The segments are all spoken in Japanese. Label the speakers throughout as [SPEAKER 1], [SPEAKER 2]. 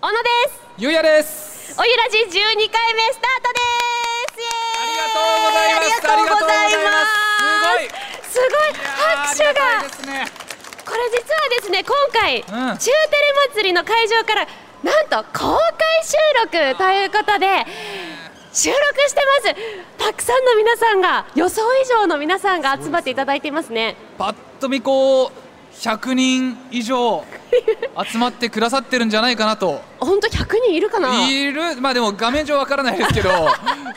[SPEAKER 1] 小野です
[SPEAKER 2] ゆうやです
[SPEAKER 1] おゆらじ12回目スタートです
[SPEAKER 2] あり
[SPEAKER 1] ありが
[SPEAKER 2] がとうございます
[SPEAKER 1] とうござい
[SPEAKER 2] ありがとうございます
[SPEAKER 1] ますすごい拍手
[SPEAKER 2] いやーあ
[SPEAKER 1] が
[SPEAKER 2] りがたいですね
[SPEAKER 1] これ実はですね今回、
[SPEAKER 2] ん
[SPEAKER 1] 中テレ祭りの会場からなんと公開収録ということで収録してますたくさんの皆さんが予想以上の皆さんが集まっていただいていますね
[SPEAKER 2] パッと見こう100人以上集まってくださってるんじゃないかなと
[SPEAKER 1] 本当100人いるかない
[SPEAKER 2] るまあでも画面上わからないです け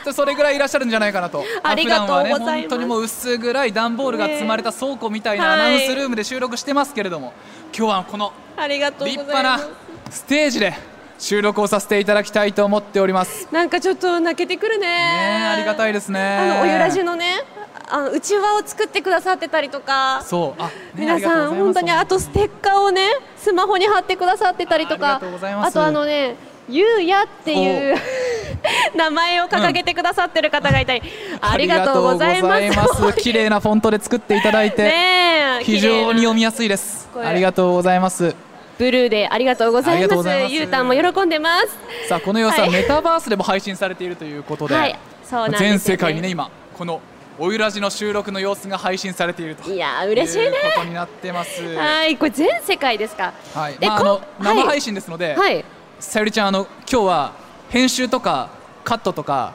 [SPEAKER 2] どそれぐらいいらっしゃるんじゃないかなと
[SPEAKER 1] ありがとうございます
[SPEAKER 2] 普段はね本当にもう薄暗い段ボールが積まれた倉庫みたいなアナウンスルームで収録してますけれども、今日はこの
[SPEAKER 1] ありがとうござ
[SPEAKER 2] 立
[SPEAKER 1] います
[SPEAKER 2] 派なステージで収録をさせていただきたいと思っております
[SPEAKER 1] なんかちょっと泣けてくるね
[SPEAKER 2] ねえありがたいですね
[SPEAKER 1] あのおゆらじのねあのうちわを作ってくださってたりとか
[SPEAKER 2] そうあ、ね
[SPEAKER 1] 皆さん本当にあとステッカーをねスマホに貼ってくださってたりとか
[SPEAKER 2] ありがとうございます
[SPEAKER 1] あとあのねゆうやっていう 名前を掲げてくださってる方がいたり、ありがとうございます
[SPEAKER 2] ありがとうございま す綺麗なフォントで作っていただいて、
[SPEAKER 1] ね え
[SPEAKER 2] 非常に
[SPEAKER 1] 綺麗
[SPEAKER 2] 読
[SPEAKER 1] な
[SPEAKER 2] みやすいです
[SPEAKER 1] これ
[SPEAKER 2] ありがとうございます
[SPEAKER 1] ブルーでありがとうござ
[SPEAKER 2] あり
[SPEAKER 1] い
[SPEAKER 2] がと
[SPEAKER 1] ま
[SPEAKER 2] うご
[SPEAKER 1] す
[SPEAKER 2] ざいます
[SPEAKER 1] ゆうたんも喜んでます
[SPEAKER 2] さあこの様子は
[SPEAKER 1] はい
[SPEAKER 2] メタバースでも配信されているということで、
[SPEAKER 1] はいそうなんですよね
[SPEAKER 2] 全世界にね今このおゆらじの収録の様子が配信されていると
[SPEAKER 1] いやー嬉しいね
[SPEAKER 2] うことになってます
[SPEAKER 1] はいこれ全世界ですか
[SPEAKER 2] はい
[SPEAKER 1] で
[SPEAKER 2] まあ、あ
[SPEAKER 1] こん
[SPEAKER 2] の
[SPEAKER 1] はい
[SPEAKER 2] 生配信ですので、
[SPEAKER 1] はい
[SPEAKER 2] さゆりちゃんあの今日は編集とかカットとか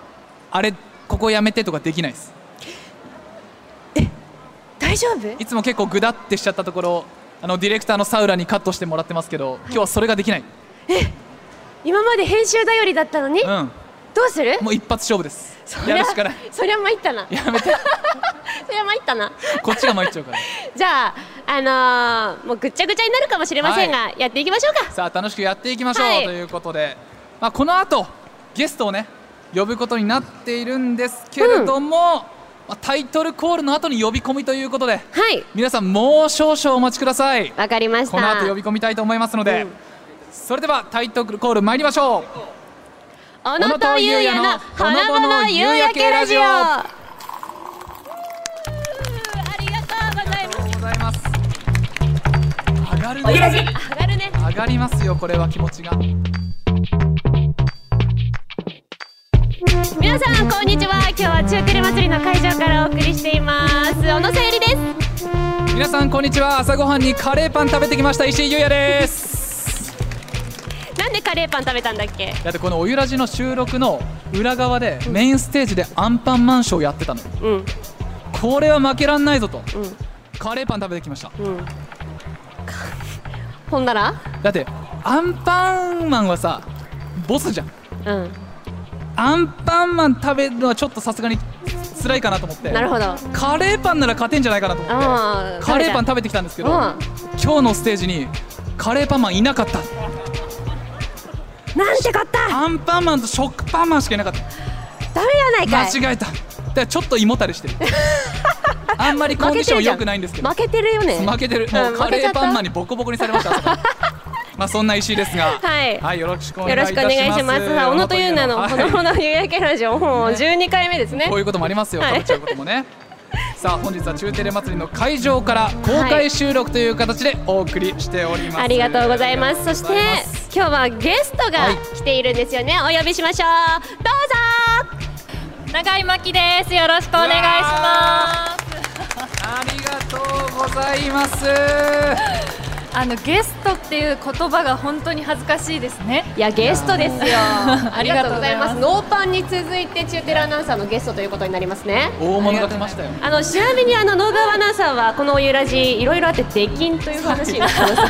[SPEAKER 2] あれここやめてとかできないです
[SPEAKER 1] 大丈夫
[SPEAKER 2] いつも結構グダってしちゃったところあのディレクターのサウラにカットしてもらってますけど、今日はそれができない、
[SPEAKER 1] 今まで編集頼りだったのに、
[SPEAKER 2] う
[SPEAKER 1] ど
[SPEAKER 2] ん、
[SPEAKER 1] うする
[SPEAKER 2] もう一発勝負です
[SPEAKER 1] そりゃ
[SPEAKER 2] やるしかない
[SPEAKER 1] そりゃ参ったな
[SPEAKER 2] やめて
[SPEAKER 1] そりゃ参ったな
[SPEAKER 2] こっちが参っちゃう から
[SPEAKER 1] じゃあ、あのーもうぐっちゃぐちゃになるかもしれませんが、やっていきましょうか。
[SPEAKER 2] さあ楽しくやっていきましょう、
[SPEAKER 1] はい
[SPEAKER 2] ということで、まあ、この後ゲストをね呼ぶことになっているんですけれども、まあ、タイトルコールの後に呼び込みということで
[SPEAKER 1] はい、
[SPEAKER 2] 皆さんもう少々お待ちください
[SPEAKER 1] わかりました。
[SPEAKER 2] この後呼び込みたいと思いますので、
[SPEAKER 1] うん
[SPEAKER 2] それではタイトルコール参りましょう
[SPEAKER 1] 小野とゆうやのほのぼの夕焼けラジオ。
[SPEAKER 2] うー
[SPEAKER 1] ありがとうござい
[SPEAKER 2] あ
[SPEAKER 1] ま
[SPEAKER 2] りがとうございます上がる
[SPEAKER 1] す。
[SPEAKER 2] ね
[SPEAKER 1] す。上がるね。
[SPEAKER 2] 上がりますよこれは気持ちが
[SPEAKER 1] 皆さんこんにちは。今日は中テレ祭りの会場からお送りしています。小野さゆりです。
[SPEAKER 2] 皆さんこんにちは朝ごはんにカレーパン食べてきました石井優也です
[SPEAKER 1] なんでカレーパン食べたんだっけ？
[SPEAKER 2] だってこの「おゆらじ」の収録の裏側でメインステージでアンパンマンショーやってたの
[SPEAKER 1] うん
[SPEAKER 2] これは負けらんないぞと
[SPEAKER 1] うん
[SPEAKER 2] カレーパン食べてきました
[SPEAKER 1] うん。かほんなら？
[SPEAKER 2] だってアンパンマンはさボスじゃん
[SPEAKER 1] うん。
[SPEAKER 2] アンパンマン食べるのはちょっとさすがに辛いかなと思って
[SPEAKER 1] なるほど。
[SPEAKER 2] カレーパンなら勝てんじゃないかなと思っ
[SPEAKER 1] あー
[SPEAKER 2] てカレーパン
[SPEAKER 1] 食
[SPEAKER 2] 食べてきたんですけど、
[SPEAKER 1] うん
[SPEAKER 2] 今日のステージにカレーパンマンいなかった
[SPEAKER 1] なんてこった。
[SPEAKER 2] アンパンマンと食パンマンしかいなかった
[SPEAKER 1] ダメやないかい。
[SPEAKER 2] 間違えただからちょっと胃もたれしてる あんまりコンディション良くないんですけど
[SPEAKER 1] 負けてるよね
[SPEAKER 2] 負けてるもうカレーパンマンにボコボコにされました 朝からまあそんな石井ですが
[SPEAKER 1] はい
[SPEAKER 2] よろしくお願い
[SPEAKER 1] よ
[SPEAKER 2] いた
[SPEAKER 1] ろし
[SPEAKER 2] し
[SPEAKER 1] くお
[SPEAKER 2] ます
[SPEAKER 1] 願いしますさあ小野とゆうなの
[SPEAKER 2] はい
[SPEAKER 1] このほの夕焼けラジオもう12回目ですね
[SPEAKER 2] こういうこともありますよ、
[SPEAKER 1] はい
[SPEAKER 2] かぶっちゃうこともね。さあ本日は中テレ祭りの会場から公開収録という形でお送りしております、
[SPEAKER 1] ありがとうございますそして
[SPEAKER 2] ありがとうございます
[SPEAKER 1] 今日はゲストが
[SPEAKER 2] はい
[SPEAKER 1] 来ているんですよねお呼びしましょうどうぞ
[SPEAKER 3] 長井真希です。よろしくお願いします。
[SPEAKER 2] ありがとうございます
[SPEAKER 3] あのゲストっていう言葉が本当に恥ずかしいですね。
[SPEAKER 1] いやゲストですよ ありがとうございま
[SPEAKER 3] あ
[SPEAKER 1] す
[SPEAKER 3] り
[SPEAKER 1] ノーパンに続いて中テレアナウンサーのゲストということになりますね
[SPEAKER 2] 大物が来ましたよ
[SPEAKER 1] あのちなみにあのノーアナウンサーはこのおゆらじいろいろあって出禁という話があります
[SPEAKER 3] じゃあ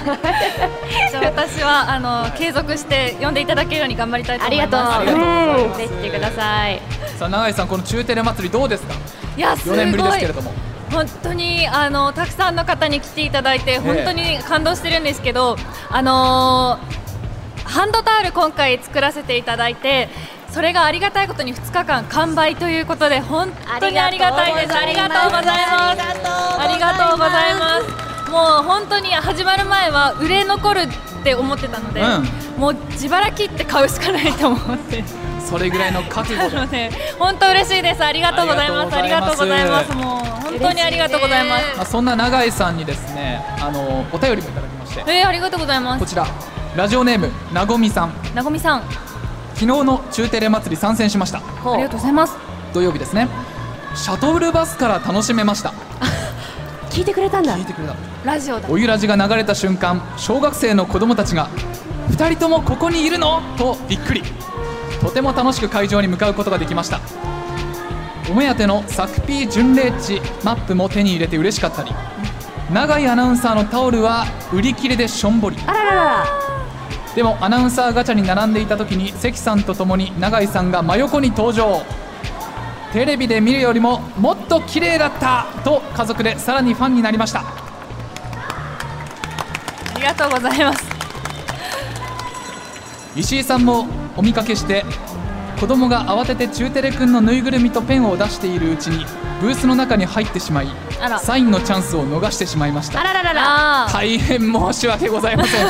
[SPEAKER 3] 私はあの継続して呼んでいただけるように頑張りたいと
[SPEAKER 1] あ
[SPEAKER 3] 思
[SPEAKER 1] り
[SPEAKER 3] い
[SPEAKER 1] が
[SPEAKER 3] ます。
[SPEAKER 1] とう
[SPEAKER 2] ありがとうございます
[SPEAKER 1] うんぜひ来てください
[SPEAKER 2] さあ永井さんこの中テレ祭りどうですか
[SPEAKER 3] いやすご
[SPEAKER 2] 4
[SPEAKER 3] い。
[SPEAKER 2] 年ぶりですけれども
[SPEAKER 3] 本当にあのたくさんの方に来ていただいて本当に感動してるんですけど、あのーハンドタオル今回作らせていただいてそれがありがたいことに2日間完売ということで本当にありがたいですありがとうございますありがとうございますもう本当に始まる前は売れ残るって思ってたので、
[SPEAKER 2] う
[SPEAKER 3] もう自腹切って買うしかないと思って
[SPEAKER 2] それぐらいの覚 悟で
[SPEAKER 3] なので本当嬉しいですありがとうございます
[SPEAKER 2] あ
[SPEAKER 3] あ
[SPEAKER 2] り
[SPEAKER 3] り
[SPEAKER 2] が
[SPEAKER 3] が
[SPEAKER 2] と
[SPEAKER 3] と
[SPEAKER 2] う
[SPEAKER 3] う
[SPEAKER 2] ござ
[SPEAKER 3] ござ
[SPEAKER 2] い
[SPEAKER 3] い
[SPEAKER 2] ま
[SPEAKER 3] ますすもう本当にありがとうございます
[SPEAKER 2] まあそんな永井さんにですねあのお便りもいただきまして
[SPEAKER 3] えー、ありがとうございま
[SPEAKER 2] こ
[SPEAKER 3] す。
[SPEAKER 2] ちらラジオネームなごみさん
[SPEAKER 3] なごみさん
[SPEAKER 2] 昨日の中テレ祭り参戦しました
[SPEAKER 3] ありがとうございます
[SPEAKER 2] 土曜日ですねシャトルバスから楽しめました
[SPEAKER 1] 聞いてくれたんだ
[SPEAKER 2] 聞いてくれた
[SPEAKER 3] ラジオだ
[SPEAKER 2] おゆらじが流れた瞬間小学生の子供たちが「2人ともここにいるの?」とびっくりとても楽しく会場に向かうことができましたお目当てのサクピー巡礼地マップも手に入れて嬉しかったり永井アナウンサーのタオルは売り切れでしょんぼり
[SPEAKER 1] あらららら
[SPEAKER 2] でもアナウンサーガチャに並んでいた時に関さんと共に永井さんが真横に登場テレビで見るよりももっと綺麗だったと家族でさらにファンになりました
[SPEAKER 3] ありがとうございます
[SPEAKER 2] 石井さんもお見かけして子供が慌てて中テレくんのぬいぐるみとペンを出しているうちにブースの中に入ってしまい
[SPEAKER 3] あら
[SPEAKER 2] サインのチャンスを逃してしまいました
[SPEAKER 1] あらららら
[SPEAKER 3] あー
[SPEAKER 2] 大変申し訳ございません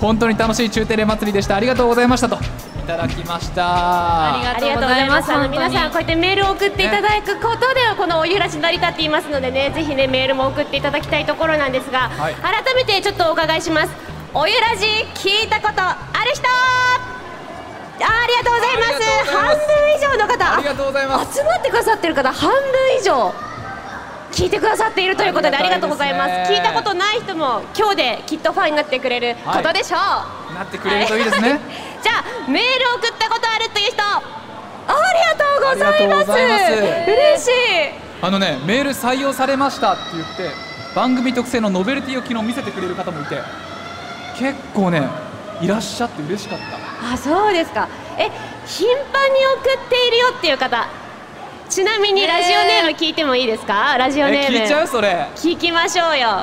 [SPEAKER 2] 本当に楽しい中テレ祭りでしたありがとうございましたといただきました
[SPEAKER 3] ありが
[SPEAKER 1] ありがとうございます。あの
[SPEAKER 3] 本当に
[SPEAKER 1] 皆さんこうやってメールを送っていただくことではこのおゆらし成り立っていますのでね、ぜひねメールも送っていただきたいところなんですが、
[SPEAKER 2] はい
[SPEAKER 1] 改めてちょっとお伺いします。おゆらじ聞いたことある人？あありがとうございます。
[SPEAKER 2] ありがとうございます
[SPEAKER 1] 半分以上の方、
[SPEAKER 2] ありがとうございます
[SPEAKER 1] 集まってくださってる方半分以上。聞いてくださっているということであ
[SPEAKER 2] あ
[SPEAKER 1] り
[SPEAKER 2] り
[SPEAKER 1] が
[SPEAKER 2] が
[SPEAKER 1] と
[SPEAKER 2] たいですね
[SPEAKER 1] うございます。聞いたことない人も今日できっとファンになってくれることでしょう。
[SPEAKER 2] なってくれるといいですね、
[SPEAKER 1] じゃあメール送ったことあるという人ありがとうございます
[SPEAKER 2] ありがとうござい
[SPEAKER 1] 嬉しい
[SPEAKER 2] あのねメール採用されましたって言って番組特製のノベルティを昨日見せてくれる方もいて結構ねいらっしゃって嬉しかった
[SPEAKER 1] あそうですかえ頻繁に送っているよっていう方ちなみにラジオネーム聞いてもいいですか、ラジオネ
[SPEAKER 2] え
[SPEAKER 1] ーム
[SPEAKER 2] 聞いちゃうそれ
[SPEAKER 1] 聞きましょうよ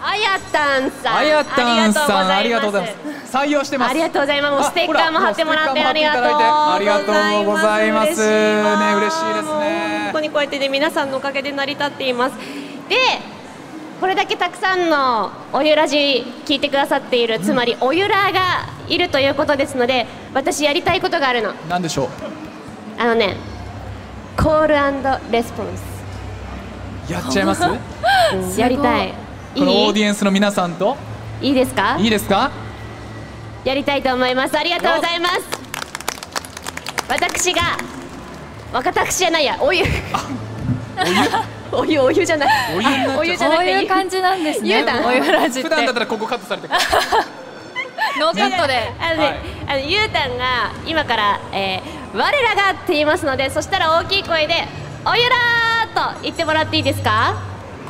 [SPEAKER 1] あやたんさん
[SPEAKER 2] あやたんさんあ
[SPEAKER 1] あ
[SPEAKER 2] り
[SPEAKER 1] り
[SPEAKER 2] が
[SPEAKER 1] が
[SPEAKER 2] と
[SPEAKER 1] と
[SPEAKER 2] う
[SPEAKER 1] うご
[SPEAKER 2] ござ
[SPEAKER 1] ざ
[SPEAKER 2] い
[SPEAKER 1] いますす
[SPEAKER 2] ま採用してます
[SPEAKER 1] ありがとうございますもう
[SPEAKER 2] あ
[SPEAKER 1] ステッカーも貼ってもらって
[SPEAKER 2] ほ
[SPEAKER 1] ありがとう
[SPEAKER 2] ステッカーも貼っていただいてありがとうございますね嬉しいです
[SPEAKER 1] もう
[SPEAKER 2] ね
[SPEAKER 1] 本当にこうやってね皆さんのおかげで成り立っていますでこれだけたくさんのおゆらじ聞いてくださっているつまりおゆらがいるということですので私やりたいことがあるの
[SPEAKER 2] なんでしょう
[SPEAKER 1] あのねコールレスポンス
[SPEAKER 2] やっちゃいますこ
[SPEAKER 1] うんやりたいい
[SPEAKER 2] のオーデ
[SPEAKER 1] い
[SPEAKER 2] ィエンスの皆さんと
[SPEAKER 1] いいですか
[SPEAKER 2] いいですか
[SPEAKER 1] やりたいと思いますありがとうございます私が若私じゃないやお湯 お湯お湯じゃない
[SPEAKER 2] お湯になっちゃう
[SPEAKER 1] お湯じゃな
[SPEAKER 3] こ
[SPEAKER 1] く
[SPEAKER 3] う
[SPEAKER 1] て
[SPEAKER 3] いう感じなんですね
[SPEAKER 1] ゆうたん
[SPEAKER 3] おゆらじっ
[SPEAKER 2] 普
[SPEAKER 3] て
[SPEAKER 2] 段だったらここカットされてる
[SPEAKER 3] ノーカットで
[SPEAKER 1] あのね、あのゆうたんが今から、えー我らがって言いますのでそしたら大きい声でお湯らーと言ってもらっていいですか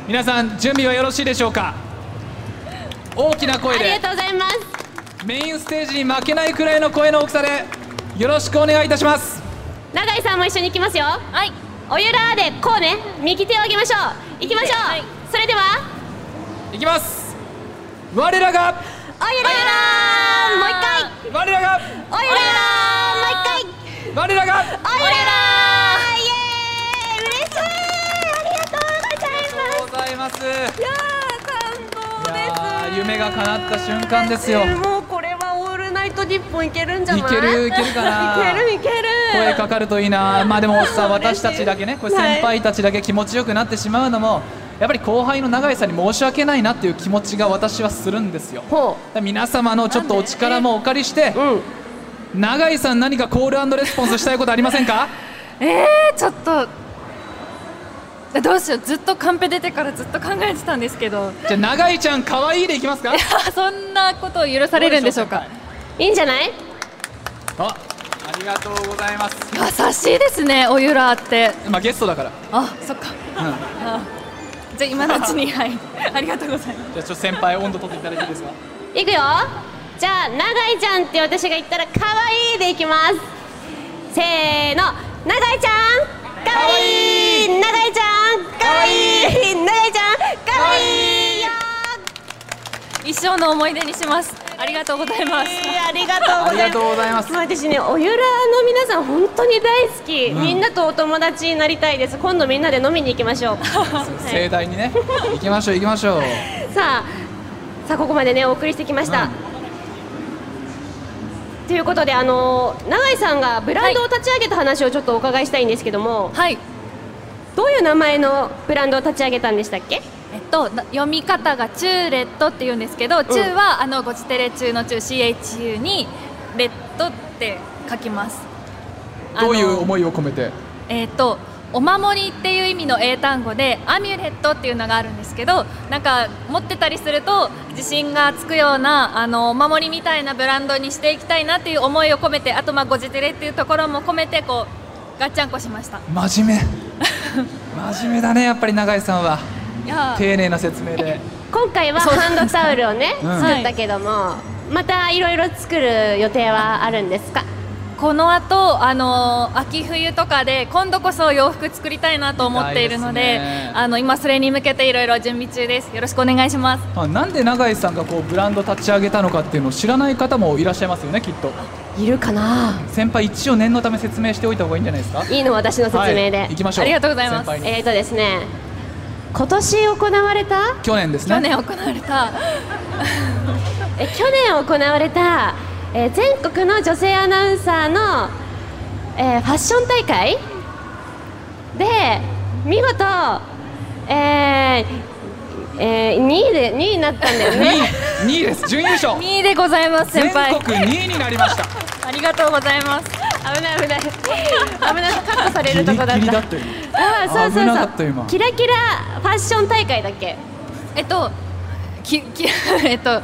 [SPEAKER 2] 皆さん準備はよろしいでしょうか大きな
[SPEAKER 1] あ
[SPEAKER 2] 声で
[SPEAKER 1] りがとうございます
[SPEAKER 2] メインステージに負けないくらいの声の大きさでよろしくお願いいたします
[SPEAKER 1] 永井さんも一緒に行きますよ
[SPEAKER 3] はい
[SPEAKER 1] お湯らーでこうね右手を上げましょう行きましょう、
[SPEAKER 3] はい
[SPEAKER 1] それではい
[SPEAKER 2] きます我らが
[SPEAKER 1] おゆらーもう一回
[SPEAKER 2] 我らが
[SPEAKER 1] おゆらーもう
[SPEAKER 2] 我ら
[SPEAKER 1] 一
[SPEAKER 2] が
[SPEAKER 1] 回おゆらーイエーイ嬉しいありがとうござい
[SPEAKER 2] ありがとうございます
[SPEAKER 1] いやー
[SPEAKER 2] いや
[SPEAKER 1] 感動で
[SPEAKER 2] ー
[SPEAKER 1] す
[SPEAKER 2] 夢が叶った瞬間ですよ
[SPEAKER 1] もうこれはオールナイト日本いけるんじゃない
[SPEAKER 2] いけるいけるかな
[SPEAKER 1] いけるいける
[SPEAKER 2] 声かかるといいなまあでもさ私たちだけねこれ
[SPEAKER 1] はい
[SPEAKER 2] 先輩たちだけ気持ちよくなってしまうのもやっぱり後輩の永井さんに申し訳ないなっていう気持ちが私はするんですよ
[SPEAKER 1] ほ
[SPEAKER 2] 皆様のちょっとお力もお借りして
[SPEAKER 1] ううん
[SPEAKER 2] 永井さん何かコールレスポンスしたいことありませんか
[SPEAKER 3] えー、ちょっとどうしようずっとカンペ出てからずっと考えてたんですけど
[SPEAKER 2] じゃあ永井ちゃん可愛いでいきますか
[SPEAKER 3] そんなことを許されるんでしょうか
[SPEAKER 1] いいんじゃない
[SPEAKER 2] あありがとうございます
[SPEAKER 3] 優しいですねおゆらって
[SPEAKER 2] まあゲストだから、
[SPEAKER 3] あそっか
[SPEAKER 2] うん、じゃ
[SPEAKER 3] あじゃあ今のうちにはい ありがとうございます
[SPEAKER 2] あちょっと先輩温度取っていただいていいですか
[SPEAKER 1] いくよじゃあ永井ちゃんって私が言ったら可愛いでいきますせーの永井ちゃん可愛い永井ちゃん可愛い永井ちゃん可愛いよ
[SPEAKER 3] 一生の思い出にしますありがとうございます
[SPEAKER 1] ありがとうございます
[SPEAKER 2] ありがとうございます
[SPEAKER 1] もう私ねおゆらの皆さん本当に大好き、みんなとお友達になりたいです今度みんなで飲みに行きまし ょう
[SPEAKER 2] 盛大にね行きましょう行きましょう
[SPEAKER 1] さあさあここまでねお送りしてきました、
[SPEAKER 2] うん
[SPEAKER 1] ということであの永井さんがブランドを
[SPEAKER 3] は
[SPEAKER 1] 立ち上げた話をちょっとお伺いしたいんですけども、
[SPEAKER 3] はい
[SPEAKER 1] どうういう名前のブランドを立ち上げたんでしたっけ
[SPEAKER 3] えっと、な読み方がチューレットって言うんですけど、チューはあのごちテレ中の中 CHU にレッドって書きます。あ
[SPEAKER 2] ど
[SPEAKER 3] の
[SPEAKER 2] ういう思いを込めて
[SPEAKER 3] えっとお守りっていう意味の英単語でアミュレットっていうのがあるんですけどなんか持ってたりすると自信がつくようなあのお守りみたいなブランドにしていきたいなっていう思いを込めてあとまあご自テレっていうところも込めてこうガッチャンコしました
[SPEAKER 2] 真面目真面目だねやっぱり永井さんはい
[SPEAKER 3] やー
[SPEAKER 2] 丁寧な説明で
[SPEAKER 1] 今回は
[SPEAKER 3] そう
[SPEAKER 1] ハンドタオルをね、
[SPEAKER 2] うん
[SPEAKER 1] 作ったけども、またいろいろ作る予定はあるんですか
[SPEAKER 3] この後あのー秋冬とかで今度こそ洋服作りたいなと思っているの
[SPEAKER 2] 見たい
[SPEAKER 3] で
[SPEAKER 2] ですね
[SPEAKER 3] あの今それに向けていろいろ準備中ですよろしくお願いします
[SPEAKER 2] あなんで永井さんがこうブランド立ち上げたのかっていうのを知らない方もいらっしゃいますよねきっと
[SPEAKER 1] いるかな
[SPEAKER 2] 先輩一応念のため説明しておいた方がいいんじゃないですか
[SPEAKER 1] いいの私の説明で、
[SPEAKER 2] はい、行きましょう
[SPEAKER 3] ありがとうございま
[SPEAKER 2] 先
[SPEAKER 3] す
[SPEAKER 2] 輩に
[SPEAKER 1] えーとですね今年行われた
[SPEAKER 2] 去年ですね
[SPEAKER 3] 去年行われた
[SPEAKER 1] え去年行われた、えー全国の女性アナウンサーの、えーファッション大会で見事、えーえー、2位で2位になったんだよね
[SPEAKER 2] 2位2位です準優勝
[SPEAKER 3] 2位でございます先
[SPEAKER 2] 全
[SPEAKER 3] 輩
[SPEAKER 2] 国2位になりました
[SPEAKER 3] ありがとうございます
[SPEAKER 1] 危ない危ない危ないカットされ
[SPEAKER 2] ギ
[SPEAKER 1] る
[SPEAKER 2] リ
[SPEAKER 1] とこだっ
[SPEAKER 2] ギリだ
[SPEAKER 1] た
[SPEAKER 2] ったよ今
[SPEAKER 1] あー そう
[SPEAKER 2] 危なかった
[SPEAKER 1] そうそ
[SPEAKER 2] 今
[SPEAKER 1] うキラキラファッション大会だっけ
[SPEAKER 3] えっときき えっと